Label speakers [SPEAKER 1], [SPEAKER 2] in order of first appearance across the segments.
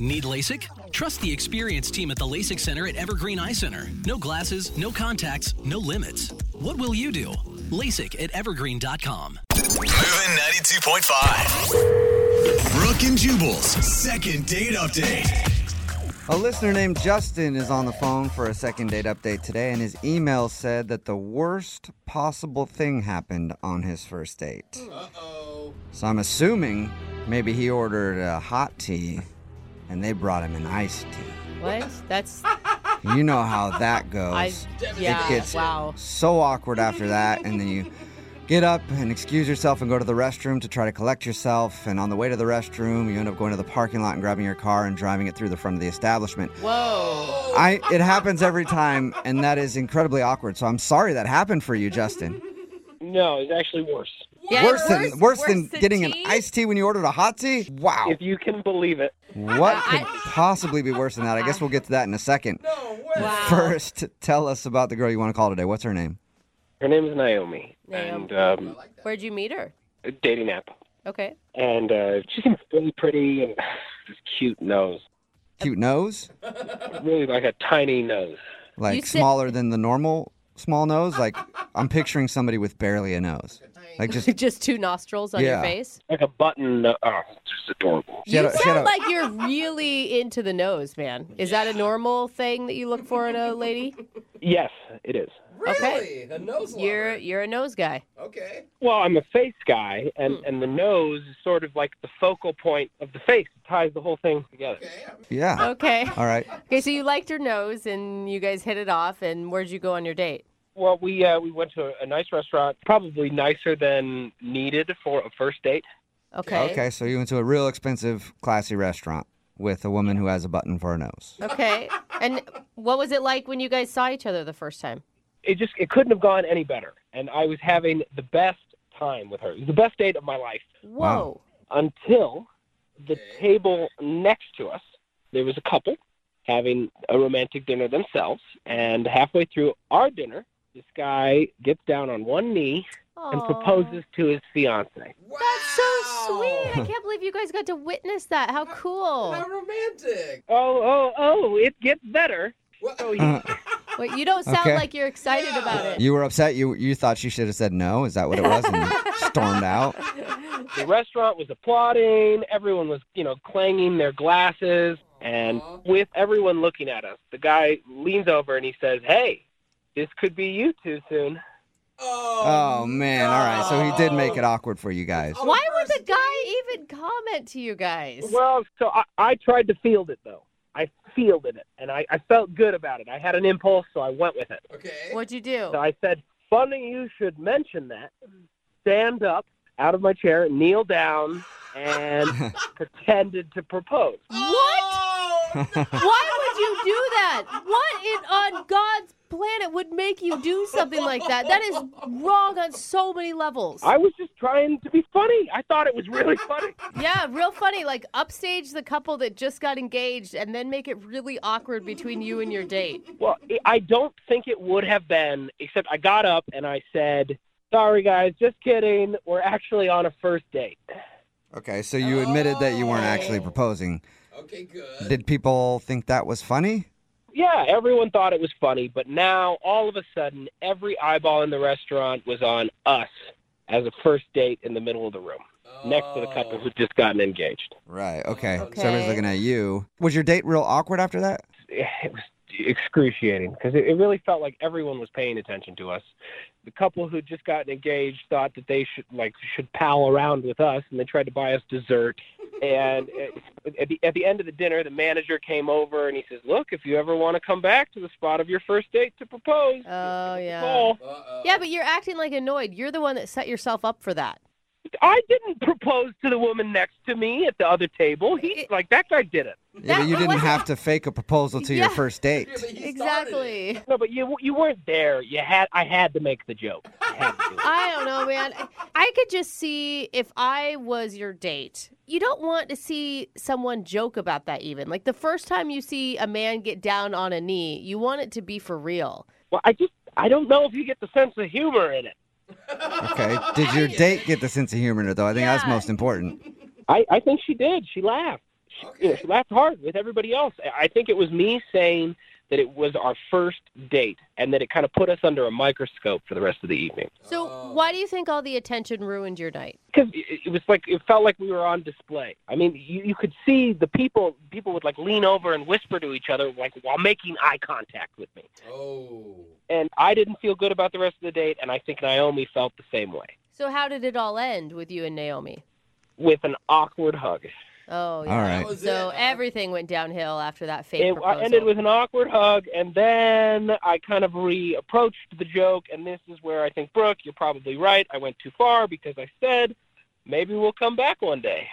[SPEAKER 1] Need LASIK? Trust the experienced team at the LASIK Center at Evergreen Eye Center. No glasses, no contacts, no limits. What will you do? LASIK at evergreen.com.
[SPEAKER 2] Moving 92.5. Brooke and Jubal's second date update.
[SPEAKER 3] A listener named Justin is on the phone for a second date update today, and his email said that the worst possible thing happened on his first date. Uh-oh. So I'm assuming maybe he ordered a hot tea and they brought him an iced tea.
[SPEAKER 4] What? That's
[SPEAKER 3] You know how that goes.
[SPEAKER 4] I. Yeah.
[SPEAKER 3] it gets
[SPEAKER 4] wow.
[SPEAKER 3] so awkward after that, and then you get up and excuse yourself and go to the restroom to try to collect yourself. And on the way to the restroom, you end up going to the parking lot and grabbing your car and driving it through the front of the establishment.
[SPEAKER 4] Whoa.
[SPEAKER 3] I it happens every time, and that is incredibly awkward. So I'm sorry that happened for you, Justin.
[SPEAKER 5] No, it's actually worse.
[SPEAKER 4] Yeah,
[SPEAKER 3] worse than worse, than, getting
[SPEAKER 4] tea?
[SPEAKER 3] an iced tea when you ordered a hot tea. Wow,
[SPEAKER 5] If you can believe it.
[SPEAKER 3] what could
[SPEAKER 4] I-
[SPEAKER 3] possibly be worse than that? I guess we'll get to that in a second.
[SPEAKER 4] Wow.
[SPEAKER 3] First, tell us about the girl you want to call today. What's her name?
[SPEAKER 5] Her name is Naomi,
[SPEAKER 4] Naomi.
[SPEAKER 5] and um,
[SPEAKER 4] Where'd you meet her?
[SPEAKER 5] a dating app.
[SPEAKER 4] Okay.
[SPEAKER 5] And uh, she seems really pretty and this cute nose.
[SPEAKER 3] Cute nose,
[SPEAKER 5] Really like a tiny nose.
[SPEAKER 3] like
[SPEAKER 4] said-
[SPEAKER 3] smaller than the normal small nose. Like I'm picturing somebody with barely a nose, like just.
[SPEAKER 4] Just two nostrils on your
[SPEAKER 3] Yeah.
[SPEAKER 4] face.
[SPEAKER 5] Like a button. No- oh, just adorable.
[SPEAKER 3] She had
[SPEAKER 4] you
[SPEAKER 3] a- she had
[SPEAKER 4] sound
[SPEAKER 3] a-
[SPEAKER 4] like you're really into the nose, man. Is that a normal thing that you look for in a lady?
[SPEAKER 5] Yes, it is.
[SPEAKER 4] Okay.
[SPEAKER 6] A nose
[SPEAKER 4] You're you're a nose guy.
[SPEAKER 6] Okay.
[SPEAKER 5] Well, I'm a face guy, and, and the nose is sort of like the focal point of the face. It ties the whole thing together.
[SPEAKER 3] Yeah.
[SPEAKER 4] Okay.
[SPEAKER 3] All right.
[SPEAKER 4] Okay, so you liked her nose and you guys hit it off and where'd you go on your date?
[SPEAKER 5] Well, we uh, we went to a, a nice restaurant, probably nicer than needed for a first date.
[SPEAKER 4] Okay.
[SPEAKER 3] Okay, so you went to a real expensive, classy restaurant with a woman who has a button for a nose.
[SPEAKER 4] Okay. And what was it like when you guys saw each other the first time?
[SPEAKER 5] it just it couldn't have gone any better and i was having the best time with her it was the best date of my life
[SPEAKER 4] Whoa.
[SPEAKER 3] Wow.
[SPEAKER 5] until the table next to us there was a couple having a romantic dinner themselves and halfway through our dinner this guy gets down on one knee and
[SPEAKER 4] Aw.
[SPEAKER 5] proposes to his fiance
[SPEAKER 4] That's so sweet. I can't believe you guys got to witness that. How cool.
[SPEAKER 6] How romantic.
[SPEAKER 5] oh oh oh it gets better
[SPEAKER 6] What?
[SPEAKER 5] so
[SPEAKER 3] Uh,
[SPEAKER 4] Wait, you don't sound
[SPEAKER 3] Okay.
[SPEAKER 4] like you're excited about it.
[SPEAKER 3] You were upset. You you thought she should have said no. Is that what it was? And you stormed out.
[SPEAKER 5] the restaurant was applauding everyone was you know clanging their glasses and with everyone looking at us the guy leans over and he says hey this could be you two soon
[SPEAKER 3] Oh man! All right. So he did make it awkward for you guys.
[SPEAKER 4] Why would the guy even comment to you guys?
[SPEAKER 5] well so i, I tried to field it though i fielded it and I, I felt good about it i had an impulse so i went with it
[SPEAKER 6] Okay.
[SPEAKER 4] What'd you do?
[SPEAKER 5] so i said funny you should mention that stand up out of my chair kneel down and pretended to propose
[SPEAKER 4] What? Oh, Why would you do that? What in on God's planet would make you do something like that? That is wrong on so many levels.
[SPEAKER 5] i was just trying to be funny i thought it was really funny
[SPEAKER 4] Yeah, real funny. Like upstage the couple that just got engaged and then make it really awkward between you and your date.
[SPEAKER 5] Well, I- I don't think it would have been, except I got up and I said, Sorry, guys, just kidding. We're actually on a first date.
[SPEAKER 3] Okay. So you admitted that you weren't actually proposing.
[SPEAKER 6] Oh. Okay, good.
[SPEAKER 3] Did people think that was funny?
[SPEAKER 5] Yeah, everyone thought it was funny, but now all of a sudden, every eyeball in the restaurant was on us as a first date in the middle of the room, next to the couple who'd just gotten engaged.
[SPEAKER 3] Right. Okay.
[SPEAKER 4] Okay.
[SPEAKER 3] So everybody's looking at you. Was your date real awkward after that?
[SPEAKER 5] It was excruciating because it, it really felt like everyone was paying attention to us. The couple who'd just gotten engaged thought that they should like should pal around with us, and they tried to buy us dessert. And at- at the at the end of the dinner, the manager came over and he says, "Look, if you ever want to come back to the spot of your first date to propose,
[SPEAKER 4] Oh yeah.
[SPEAKER 5] call."
[SPEAKER 6] Uh-oh.
[SPEAKER 4] Yeah, but you're acting like annoyed. You're the one that set yourself up for that.
[SPEAKER 5] I didn't propose to the woman next to me at the other table. He like that guy did it.
[SPEAKER 3] Yeah,
[SPEAKER 4] That
[SPEAKER 3] but you didn't
[SPEAKER 4] wasn't-
[SPEAKER 3] have to fake a proposal to your
[SPEAKER 4] Yeah.
[SPEAKER 3] first date.
[SPEAKER 6] Yeah, but he started it.
[SPEAKER 4] Exactly.
[SPEAKER 5] No, but you you weren't there. You had I had to make the joke. I had to do it.
[SPEAKER 4] I don't know, man. I could just see if I was your date. You don't want to see someone joke about that even. Like the first time you see a man get down on a knee, you want it to be for real.
[SPEAKER 5] Well, I just I don't know if you get the sense of humor in it.
[SPEAKER 3] Okay. Did your date get the sense of humor in it though? I think that's
[SPEAKER 4] Yeah.
[SPEAKER 3] most important.
[SPEAKER 5] I, I think she did. She laughed. you know, she laughed hard with everybody else. I I think it was me saying that it was our first date and that it kind of put us under a microscope for the rest of the evening.
[SPEAKER 4] So
[SPEAKER 6] Oh.
[SPEAKER 4] why do you think all the attention ruined your night?
[SPEAKER 5] because it it was like it felt like we were on display. I mean, you, you could see the people. People would like lean over and whisper to each other, like while making eye contact with me.
[SPEAKER 6] Oh.
[SPEAKER 5] And I didn't feel good about the rest of the date, and I think Naomi felt the same way
[SPEAKER 4] So how did it all end with you and Naomi?
[SPEAKER 5] with an awkward hug.
[SPEAKER 4] Oh, yeah.
[SPEAKER 3] All right.
[SPEAKER 6] was
[SPEAKER 4] So
[SPEAKER 6] it.
[SPEAKER 4] everything went downhill after that fake
[SPEAKER 5] It
[SPEAKER 4] proposal.
[SPEAKER 5] ended with an awkward hug, and then I kind of reapproached the joke, and this is where I think Brooke, you're probably right. I went too far because I said maybe we'll come back one day.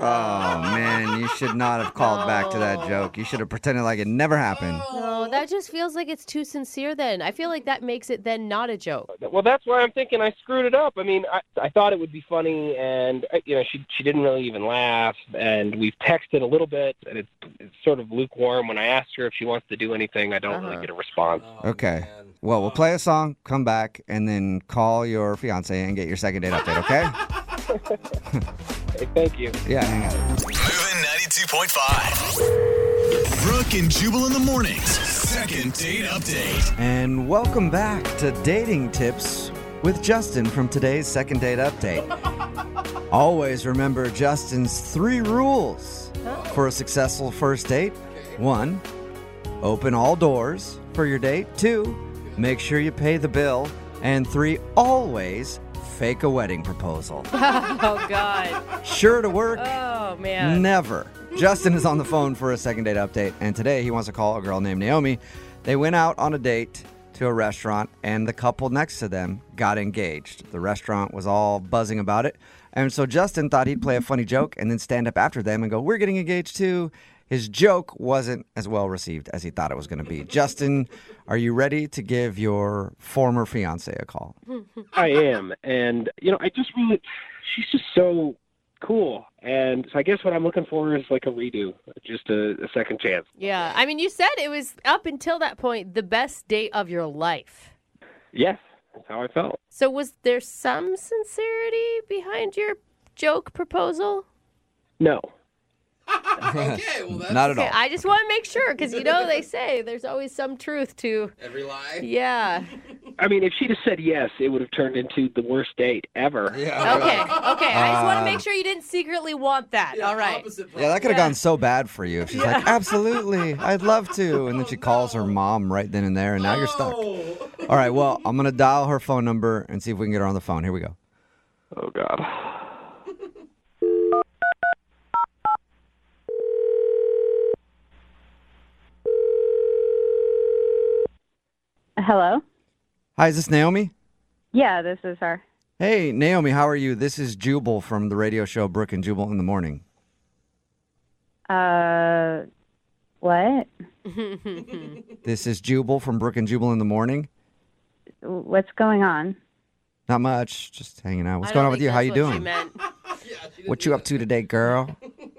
[SPEAKER 3] Oh man, you should not have called back to that
[SPEAKER 4] No.
[SPEAKER 3] joke. You should have pretended like it never happened.
[SPEAKER 6] Oh.
[SPEAKER 4] no, that just feels like it's too sincere. Then I feel like that makes it then not a joke.
[SPEAKER 5] Well, that's why I'm thinking I screwed it up. I mean, I, I thought it would be funny, and uh, you know, she she didn't really even laugh. And we've texted a little bit, and it's it's sort of lukewarm. When I asked her if she wants to do anything, I don't really
[SPEAKER 4] Uh-huh.
[SPEAKER 5] get a response.
[SPEAKER 6] Oh,
[SPEAKER 3] Okay.
[SPEAKER 6] man.
[SPEAKER 3] Well, we'll play a song, come back, and then call your fiance and get your second date update, okay?
[SPEAKER 5] Hey, thank you.
[SPEAKER 3] Yeah, hang on.
[SPEAKER 2] Moving 92.5. Brooke and Jubal in the mornings. Second date update.
[SPEAKER 3] And welcome back to Dating Tips with Justin from today's second date update. Always remember Justin's three rules for a successful first date. One, open all doors for your date. Two, make sure you pay the bill. And three, always fake a wedding proposal.
[SPEAKER 4] oh God.
[SPEAKER 3] Sure to work,
[SPEAKER 4] Oh man.
[SPEAKER 3] Never. Justin is on the phone for a second date update, and today he wants to call a girl named Naomi. They went out on a date to a restaurant, and the couple next to them got engaged. The restaurant was all buzzing about it. And so Justin thought he'd play a funny joke and then stand up after them and go, We're getting engaged too. His joke wasn't as well received as he thought it was going to be. Justin, are you ready to give your former fiance a call?
[SPEAKER 5] I am, and you know, I just really, she's just so cool. And so I guess what I'm looking for is like a redo, just a, a second chance.
[SPEAKER 4] Yeah. I mean, you said it was up until that point the best date of your life.
[SPEAKER 5] Yes, that's how I felt.
[SPEAKER 4] So was there some sincerity behind your joke proposal?
[SPEAKER 5] No,
[SPEAKER 6] okay. Well, that's
[SPEAKER 3] Not at
[SPEAKER 4] Okay,
[SPEAKER 3] all.
[SPEAKER 4] I just want to make sure because you know they say there's always some truth to.
[SPEAKER 6] every lie.
[SPEAKER 4] Yeah.
[SPEAKER 5] I mean, if she'd have said yes, it would have turned into the worst date ever.
[SPEAKER 3] Yeah.
[SPEAKER 4] Okay. Okay. I just want
[SPEAKER 3] Uh,
[SPEAKER 4] to make sure you didn't secretly want that.
[SPEAKER 6] Yeah,
[SPEAKER 4] All right.
[SPEAKER 6] Opposite
[SPEAKER 3] Yeah, that could have
[SPEAKER 4] Yeah.
[SPEAKER 3] gone so bad for you. If she's like, absolutely, I'd love to. And then she calls her mom right then and there, and now you're stuck. All
[SPEAKER 6] Oh.
[SPEAKER 3] right, well, I'm going to dial her phone number and see if we can get her on the phone. Here we go.
[SPEAKER 5] Oh God.
[SPEAKER 7] Hello.
[SPEAKER 3] Hi, is this Naomi?
[SPEAKER 7] Yeah, this is her.
[SPEAKER 3] Hey, Naomi, how are you? This is Jubal from the radio show Brooke and Jubal in the Morning.
[SPEAKER 7] Uh, what?
[SPEAKER 3] This is Jubal from Brooke and Jubal in the Morning.
[SPEAKER 7] What's going on?
[SPEAKER 3] Not much, just hanging out. What's
[SPEAKER 4] I
[SPEAKER 3] going
[SPEAKER 4] don't
[SPEAKER 3] on with
[SPEAKER 4] think
[SPEAKER 3] you? How
[SPEAKER 4] that's
[SPEAKER 3] you
[SPEAKER 4] what she
[SPEAKER 3] doing?
[SPEAKER 4] meant.
[SPEAKER 3] What you up to today, girl?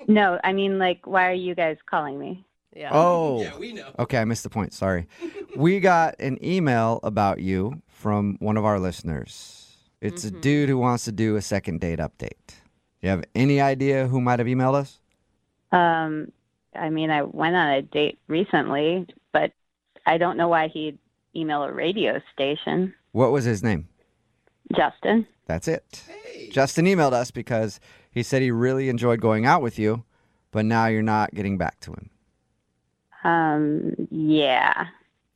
[SPEAKER 7] No, I mean, like, why are you guys calling me?
[SPEAKER 4] Yeah.
[SPEAKER 3] Oh.
[SPEAKER 6] Yeah, we know.
[SPEAKER 3] Okay, I missed the point. Sorry. we got an email about you from one of our listeners. It's a dude who wants to do a second date update. You have any idea who might have emailed us?
[SPEAKER 7] Um, I mean, I went on a date recently, but I don't know why he'd email a radio station.
[SPEAKER 3] What was his name?
[SPEAKER 7] Justin.
[SPEAKER 3] That's it. Justin emailed us because he said he really enjoyed going out with you, but now you're not getting back to him.
[SPEAKER 7] Um, yeah.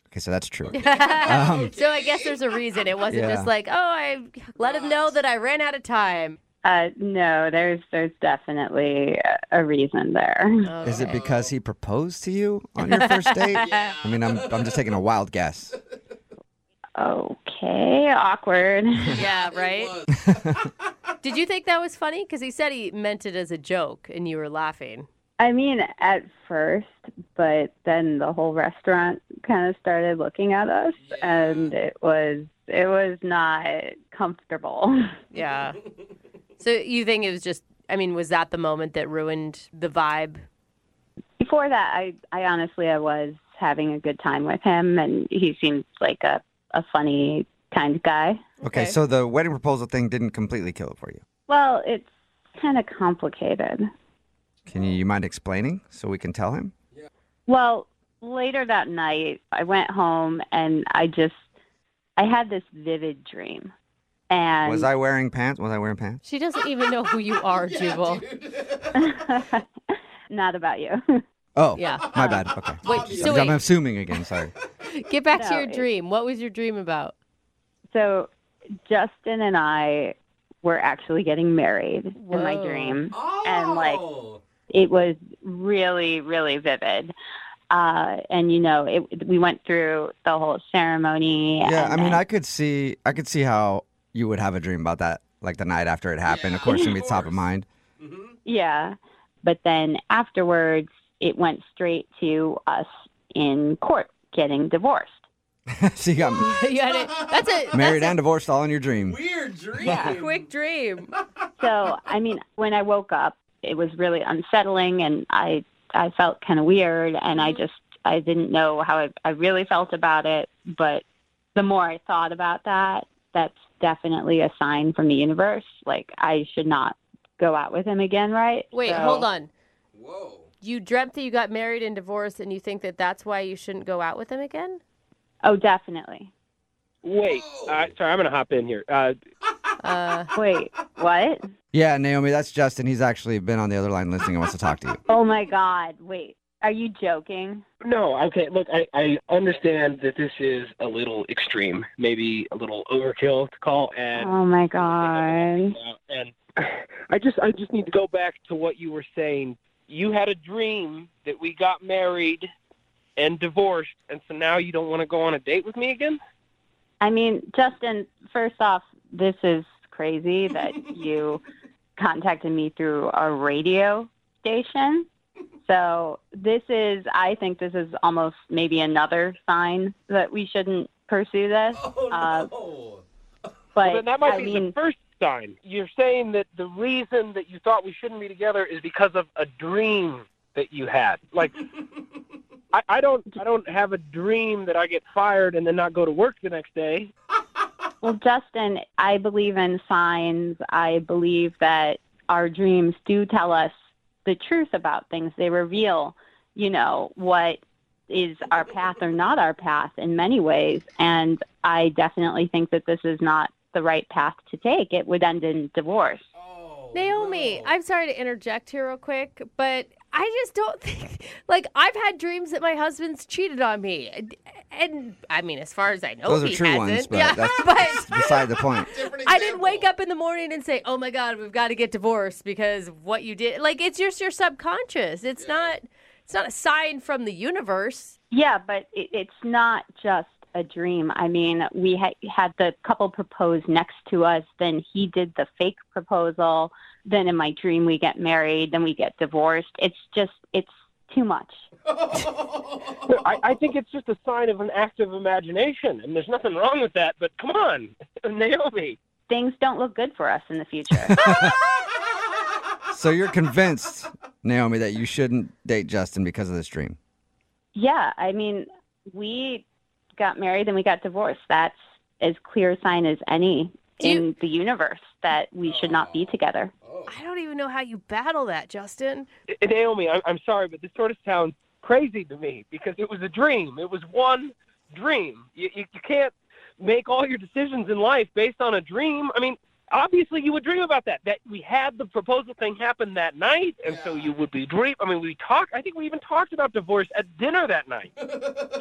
[SPEAKER 3] Okay, so that's true.
[SPEAKER 4] so I guess there's a reason. It wasn't
[SPEAKER 3] Um. Yeah.
[SPEAKER 4] just like, oh, I let him know that I ran out of time.
[SPEAKER 7] Uh, no, there's there's definitely a- a reason there.
[SPEAKER 3] Is it because he proposed to you on your first date? I mean, I'm, I'm just taking a wild guess.
[SPEAKER 7] Okay, awkward.
[SPEAKER 4] Yeah, right? Did you think that was funny? Because he said he meant it as a joke and you were laughing.
[SPEAKER 7] I mean, at first, but then the whole restaurant kind of started looking at us, and it was it was not comfortable.
[SPEAKER 4] Yeah. so you think it was just, I mean, was that the moment that ruined the vibe?
[SPEAKER 7] Before that, I I honestly I was having a good time with him, and he seemed like a a funny kind of guy.
[SPEAKER 3] okay,
[SPEAKER 4] Okay.
[SPEAKER 3] so the wedding proposal thing didn't completely kill it for you.
[SPEAKER 7] Well, it's kind of complicated.
[SPEAKER 3] Can you, you mind explaining so we can tell him?
[SPEAKER 7] Well, later that night, I went home and I just, I had this vivid dream.
[SPEAKER 4] Um,
[SPEAKER 7] And
[SPEAKER 3] Was I wearing pants? Was I wearing pants?
[SPEAKER 4] She doesn't even know who you are, Jubal.
[SPEAKER 7] not about you.
[SPEAKER 3] Oh,
[SPEAKER 4] Yeah.
[SPEAKER 3] My bad. Okay.
[SPEAKER 4] Wait, so
[SPEAKER 3] I'm
[SPEAKER 4] wait,
[SPEAKER 3] assuming again. Sorry.
[SPEAKER 4] get back to
[SPEAKER 7] No,
[SPEAKER 4] your
[SPEAKER 7] it-
[SPEAKER 4] dream. What was your dream about?
[SPEAKER 7] so Justin and I were actually getting married in my
[SPEAKER 4] Whoa.
[SPEAKER 7] dream.
[SPEAKER 6] Oh.
[SPEAKER 7] And, like, It was really, really vivid. Uh, and you know, it, we went through the whole ceremony.
[SPEAKER 3] Yeah,
[SPEAKER 7] and
[SPEAKER 3] I mean,
[SPEAKER 7] then-
[SPEAKER 3] I could see, I could see how you would have a dream about that, like the night after it happened. of
[SPEAKER 6] Yeah,
[SPEAKER 3] course,
[SPEAKER 6] of
[SPEAKER 3] it'd be top of
[SPEAKER 6] course.
[SPEAKER 3] mind.
[SPEAKER 6] Mhm.
[SPEAKER 7] yeah. But then afterwards, it went straight to us in court getting divorced.
[SPEAKER 3] so you got
[SPEAKER 4] You had it. That's it.
[SPEAKER 3] married and divorced all in your dream.
[SPEAKER 6] Weird dream.
[SPEAKER 4] Quick dream.
[SPEAKER 7] So, I mean, when I woke up, it was really unsettling and I I felt kind of weird and I
[SPEAKER 4] Mm-hmm.
[SPEAKER 7] just I didn't know how I, I really felt about it, but the more I thought about that, that's definitely a sign from the universe like I should not go out with him again, right?
[SPEAKER 4] Wait,
[SPEAKER 7] So-
[SPEAKER 4] hold on.
[SPEAKER 6] Whoa.
[SPEAKER 4] You dreamt that you got married and divorced, and you think that that's why you shouldn't go out with him again?
[SPEAKER 7] Oh, definitely.
[SPEAKER 5] Wait, uh, sorry, I'm gonna hop in here. Uh,
[SPEAKER 4] Uh,
[SPEAKER 7] Wait, what?
[SPEAKER 3] Yeah, Naomi, that's Justin. He's actually been on the other line listening and wants to talk to you.
[SPEAKER 7] Oh my god. Wait. Are you joking?
[SPEAKER 5] no, okay. Look, I, I understand that this is a little extreme, maybe a little overkill to call, and
[SPEAKER 7] Oh my god.
[SPEAKER 5] Yeah, and I just I just need to go back to what you were saying. You had a dream that we got married and divorced, and so now you don't want to go on a date with me again?
[SPEAKER 7] I mean, Justin, first off, this is crazy that you contacted me through a radio station. So, this is, I think this is almost maybe another sign that we shouldn't pursue this.
[SPEAKER 6] Oh
[SPEAKER 7] Uh,
[SPEAKER 6] no.
[SPEAKER 7] But,
[SPEAKER 5] Well, then that might
[SPEAKER 7] I
[SPEAKER 5] be
[SPEAKER 7] mean,
[SPEAKER 5] the first sign. You're saying that the reason that you thought we shouldn't be together is because of a dream that you had. Like I, I don't I don't have a dream that I get fired and then not go to work the next day.
[SPEAKER 7] Well, Justin, I believe in signs. I believe that our dreams do tell us the truth about things. They reveal, you know, what is our path or not our path in many ways. And I definitely think that this is not the right path to take. It would end in divorce.
[SPEAKER 6] Oh,
[SPEAKER 4] Naomi,
[SPEAKER 6] no.
[SPEAKER 4] I'm sorry to interject here real quick, but I just don't think like I've had dreams that my husband's cheated on me, and, and I mean, as far as I know,
[SPEAKER 3] Those are
[SPEAKER 4] Oh, he
[SPEAKER 3] true
[SPEAKER 4] hasn't.
[SPEAKER 3] ones, but
[SPEAKER 4] yeah,
[SPEAKER 3] that's
[SPEAKER 4] but
[SPEAKER 3] beside the point.
[SPEAKER 6] Different
[SPEAKER 4] I didn't wake
[SPEAKER 6] example.
[SPEAKER 4] up in the morning and say, "Oh my God, we've got to get divorced because of what you did." Like it's just your subconscious. It's not. It's not a sign from the universe.
[SPEAKER 7] Yeah, but it, it's not just a dream. I mean, we ha- had the couple propose next to us, then he did the fake proposal. Then in my dream, we get married, then we get divorced. It's just, it's too much.
[SPEAKER 5] I, I think it's just a sign of an active imagination, and there's nothing wrong with that. But come on, Naomi.
[SPEAKER 7] Things don't look good for us in the future.
[SPEAKER 3] So you're convinced, Naomi, that you shouldn't date Justin because of this dream.
[SPEAKER 7] yeah, I mean, we got married and we got divorced. That's as clear a sign as any
[SPEAKER 4] Do you-
[SPEAKER 7] in the universe that we should not be together.
[SPEAKER 6] Oh.
[SPEAKER 4] I don't even know how you battle that, Justin.
[SPEAKER 5] Uh, Naomi, I'm, I'm sorry, but this sort of sounds crazy to me because it was a dream. It was one dream. You, you, you can't make all your decisions in life based on a dream. I mean, obviously, you would dream about that. That we had the proposal thing happen that night, and so
[SPEAKER 6] Yeah.
[SPEAKER 5] you would be dream. I mean, we talked. I think we even talked about divorce at dinner that night.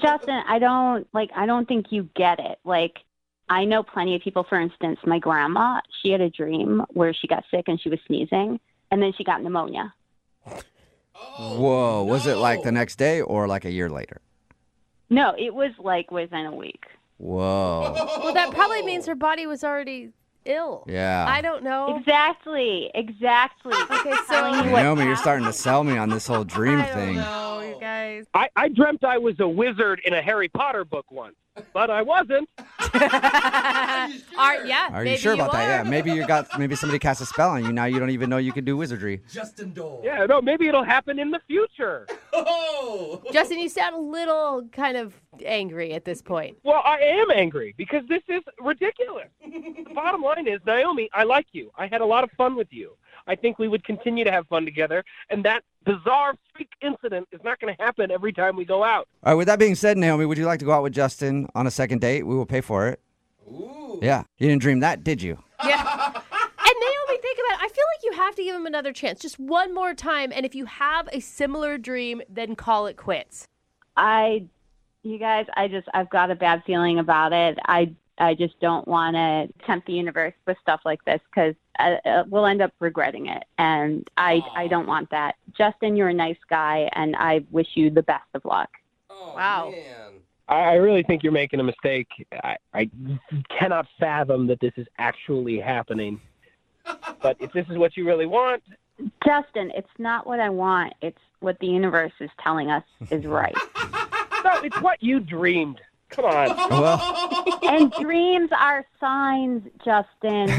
[SPEAKER 7] Justin, I don't like I don't think you get it. Like I know plenty of people, for instance, my grandma, she had a dream where she got sick and she was sneezing and then she got pneumonia.
[SPEAKER 6] Oh,
[SPEAKER 3] Whoa, was it like
[SPEAKER 6] no.
[SPEAKER 3] the next day or like a year later?
[SPEAKER 7] No, it was like within a week.
[SPEAKER 3] Whoa.
[SPEAKER 4] Well, that probably means her body was already ill.
[SPEAKER 3] Oh. Yeah.
[SPEAKER 4] I don't know.
[SPEAKER 7] Exactly. Exactly.
[SPEAKER 4] Oh. Okay,
[SPEAKER 7] Telling
[SPEAKER 4] so
[SPEAKER 7] you what
[SPEAKER 3] Naomi, you're starting to
[SPEAKER 7] happened.
[SPEAKER 3] sell me on this whole dream
[SPEAKER 4] I don't
[SPEAKER 3] thing.
[SPEAKER 4] know, you guys.
[SPEAKER 5] I, I dreamt I was a wizard in a Harry Potter book once, but I wasn't.
[SPEAKER 4] Are, yeah,
[SPEAKER 3] Are you
[SPEAKER 4] maybe
[SPEAKER 3] sure about
[SPEAKER 4] are.
[SPEAKER 3] that? Yeah, maybe you got maybe somebody cast a spell on you. Now you don't even know you can do wizardry.
[SPEAKER 6] Justin Dole.
[SPEAKER 5] Yeah, no, maybe it'll happen in the future.
[SPEAKER 6] Oh.
[SPEAKER 4] Justin, you sound a little kind of angry at this point.
[SPEAKER 5] Well, I am angry because this is ridiculous. the bottom line is, Naomi, I like you. I had a lot of fun with you. I think we would continue to have fun together. And that bizarre freak incident is not going to happen every time we go out.
[SPEAKER 3] All right, with that being said, Naomi, would you like to go out with Justin on a second date? We will pay for it.
[SPEAKER 6] Ooh.
[SPEAKER 3] Yeah. You didn't dream that, did you?
[SPEAKER 4] Yeah. And Naomi, think about it. I feel like you have to give him another chance, just one more time. And if you have a similar dream, then call it quits.
[SPEAKER 7] I, you guys, I just, I've got a bad feeling about it. I, I just don't want to tempt the universe with stuff like this because we'll end up regretting it, and I, I don't want that. Justin, you're a nice guy, and I wish you the best of luck.
[SPEAKER 6] Oh,
[SPEAKER 4] Wow.
[SPEAKER 6] man.
[SPEAKER 5] I I really think you're making a mistake. I, I cannot fathom that this is actually happening. But if this is what you really want,
[SPEAKER 7] Justin, it's not what I want. It's what the universe is telling us is right.
[SPEAKER 5] no, it's what you dreamed. Come on.
[SPEAKER 3] Well,
[SPEAKER 7] and dreams are signs, Justin.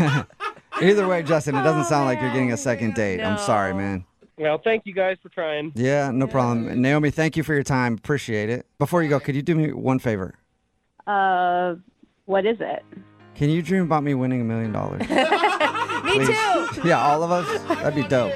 [SPEAKER 3] either way, Justin, it doesn't sound like you're getting a
[SPEAKER 4] Oh,
[SPEAKER 3] second
[SPEAKER 4] man,
[SPEAKER 3] date. I'm sorry,
[SPEAKER 4] no.
[SPEAKER 3] man.
[SPEAKER 5] Well, thank you guys for trying.
[SPEAKER 3] Yeah, no problem. Naomi, thank you for your time. Appreciate it. Before you go, could you do me one favor?
[SPEAKER 7] uh, what is it?
[SPEAKER 3] Can you dream about me winning a million dollars?
[SPEAKER 4] Me
[SPEAKER 3] Please.
[SPEAKER 4] too.
[SPEAKER 3] Yeah, all of us. That'd be dope.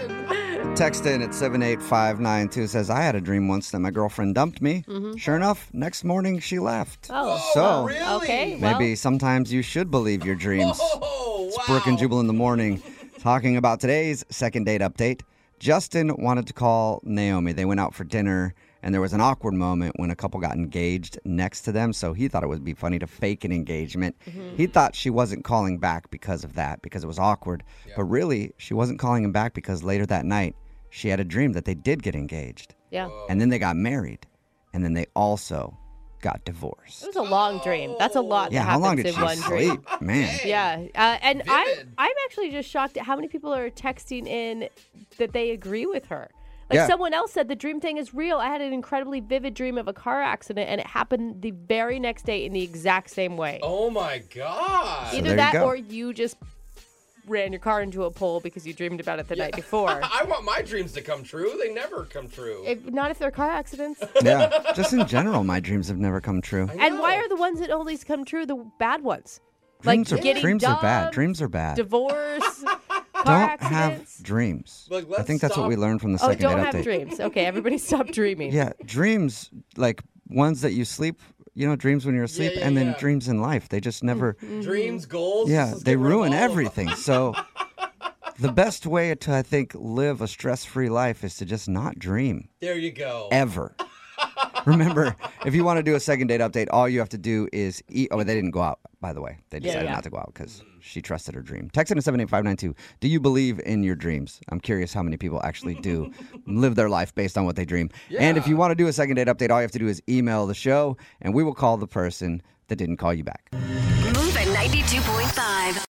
[SPEAKER 3] Text in at 78592 says, I had a dream once that my girlfriend dumped me. Sure enough, next morning she left.
[SPEAKER 4] Mm-hmm. Oh,
[SPEAKER 3] so
[SPEAKER 6] really?
[SPEAKER 4] okay. well,
[SPEAKER 3] maybe sometimes you should believe your dreams.
[SPEAKER 6] Oh, wow.
[SPEAKER 3] Brooke and Jubal in the morning talking about today's second date update. Justin wanted to call Naomi. They went out for dinner and there was an awkward moment when a couple got engaged next to them. So he thought it would be funny to fake an engagement.
[SPEAKER 6] Mm-hmm.
[SPEAKER 3] He thought she wasn't calling back because of that, because it was awkward. But really, she wasn't calling him back because later that night, she had a dream that they did get engaged.
[SPEAKER 4] yeah.
[SPEAKER 3] And then they got married. And then they also got divorced.
[SPEAKER 4] It was a long dream. That's a lot.
[SPEAKER 3] yeah,
[SPEAKER 4] that
[SPEAKER 3] how long
[SPEAKER 4] happens
[SPEAKER 3] did
[SPEAKER 4] in
[SPEAKER 3] she
[SPEAKER 4] one dream.
[SPEAKER 3] sleep? Man.
[SPEAKER 4] Yeah, uh, and I
[SPEAKER 6] Vivid.
[SPEAKER 4] I'm actually just shocked at how many people are texting in that they agree with her. Like
[SPEAKER 3] Yeah.
[SPEAKER 4] someone else said, the dream thing is real. I had an incredibly vivid dream of a car accident, and it happened the very next day in the exact same way.
[SPEAKER 6] Oh, my God.
[SPEAKER 3] So
[SPEAKER 4] Either
[SPEAKER 3] there you
[SPEAKER 4] that,
[SPEAKER 3] go.
[SPEAKER 4] or you just ran your car into a pole because you dreamed about it the night before.
[SPEAKER 6] I want my dreams to come true. They never come true.
[SPEAKER 4] if, not if they're car accidents.
[SPEAKER 3] yeah. Just in general, my dreams have never come true.
[SPEAKER 4] and why are the ones that always come true the bad ones?
[SPEAKER 3] Dreams
[SPEAKER 4] like
[SPEAKER 3] are,
[SPEAKER 4] getting
[SPEAKER 3] dreams are bad.
[SPEAKER 4] dumped,
[SPEAKER 3] Dreams are bad.
[SPEAKER 4] divorce, car
[SPEAKER 3] don't
[SPEAKER 4] accidents.
[SPEAKER 3] have dreams.
[SPEAKER 6] Look,
[SPEAKER 3] I
[SPEAKER 6] let's
[SPEAKER 3] think that's what
[SPEAKER 6] stop-
[SPEAKER 3] we learned from the
[SPEAKER 4] Oh,
[SPEAKER 3] second
[SPEAKER 4] don't
[SPEAKER 3] date
[SPEAKER 4] have
[SPEAKER 3] update.
[SPEAKER 4] dreams. Okay, everybody stop dreaming.
[SPEAKER 3] Yeah, dreams like ones that you sleep. You know, dreams when you're asleep,
[SPEAKER 6] yeah,
[SPEAKER 3] and then
[SPEAKER 6] yeah.
[SPEAKER 3] dreams in life. They just never.
[SPEAKER 4] Mm-hmm.
[SPEAKER 6] dreams, goals.
[SPEAKER 3] yeah,
[SPEAKER 6] this is
[SPEAKER 3] they
[SPEAKER 6] gonna
[SPEAKER 3] ruin
[SPEAKER 6] all of us.
[SPEAKER 3] everything. So. The best way to, I think, live a stress free life is to just not dream
[SPEAKER 6] There you
[SPEAKER 4] Oh.
[SPEAKER 6] go.
[SPEAKER 3] ever. Remember, if you want to do a second date update, all you have to do is eat. Oh, they didn't go out, by the way. They decided
[SPEAKER 4] yeah.
[SPEAKER 3] not to go out because she trusted her dream. Text in to 78592. Do you believe in your dreams? I'm curious how many people actually do live their life based on what they dream. And if you want to do a second date update, all you have to do is email the show, and we will call the person that didn't call you back.
[SPEAKER 8] Move at 92.5.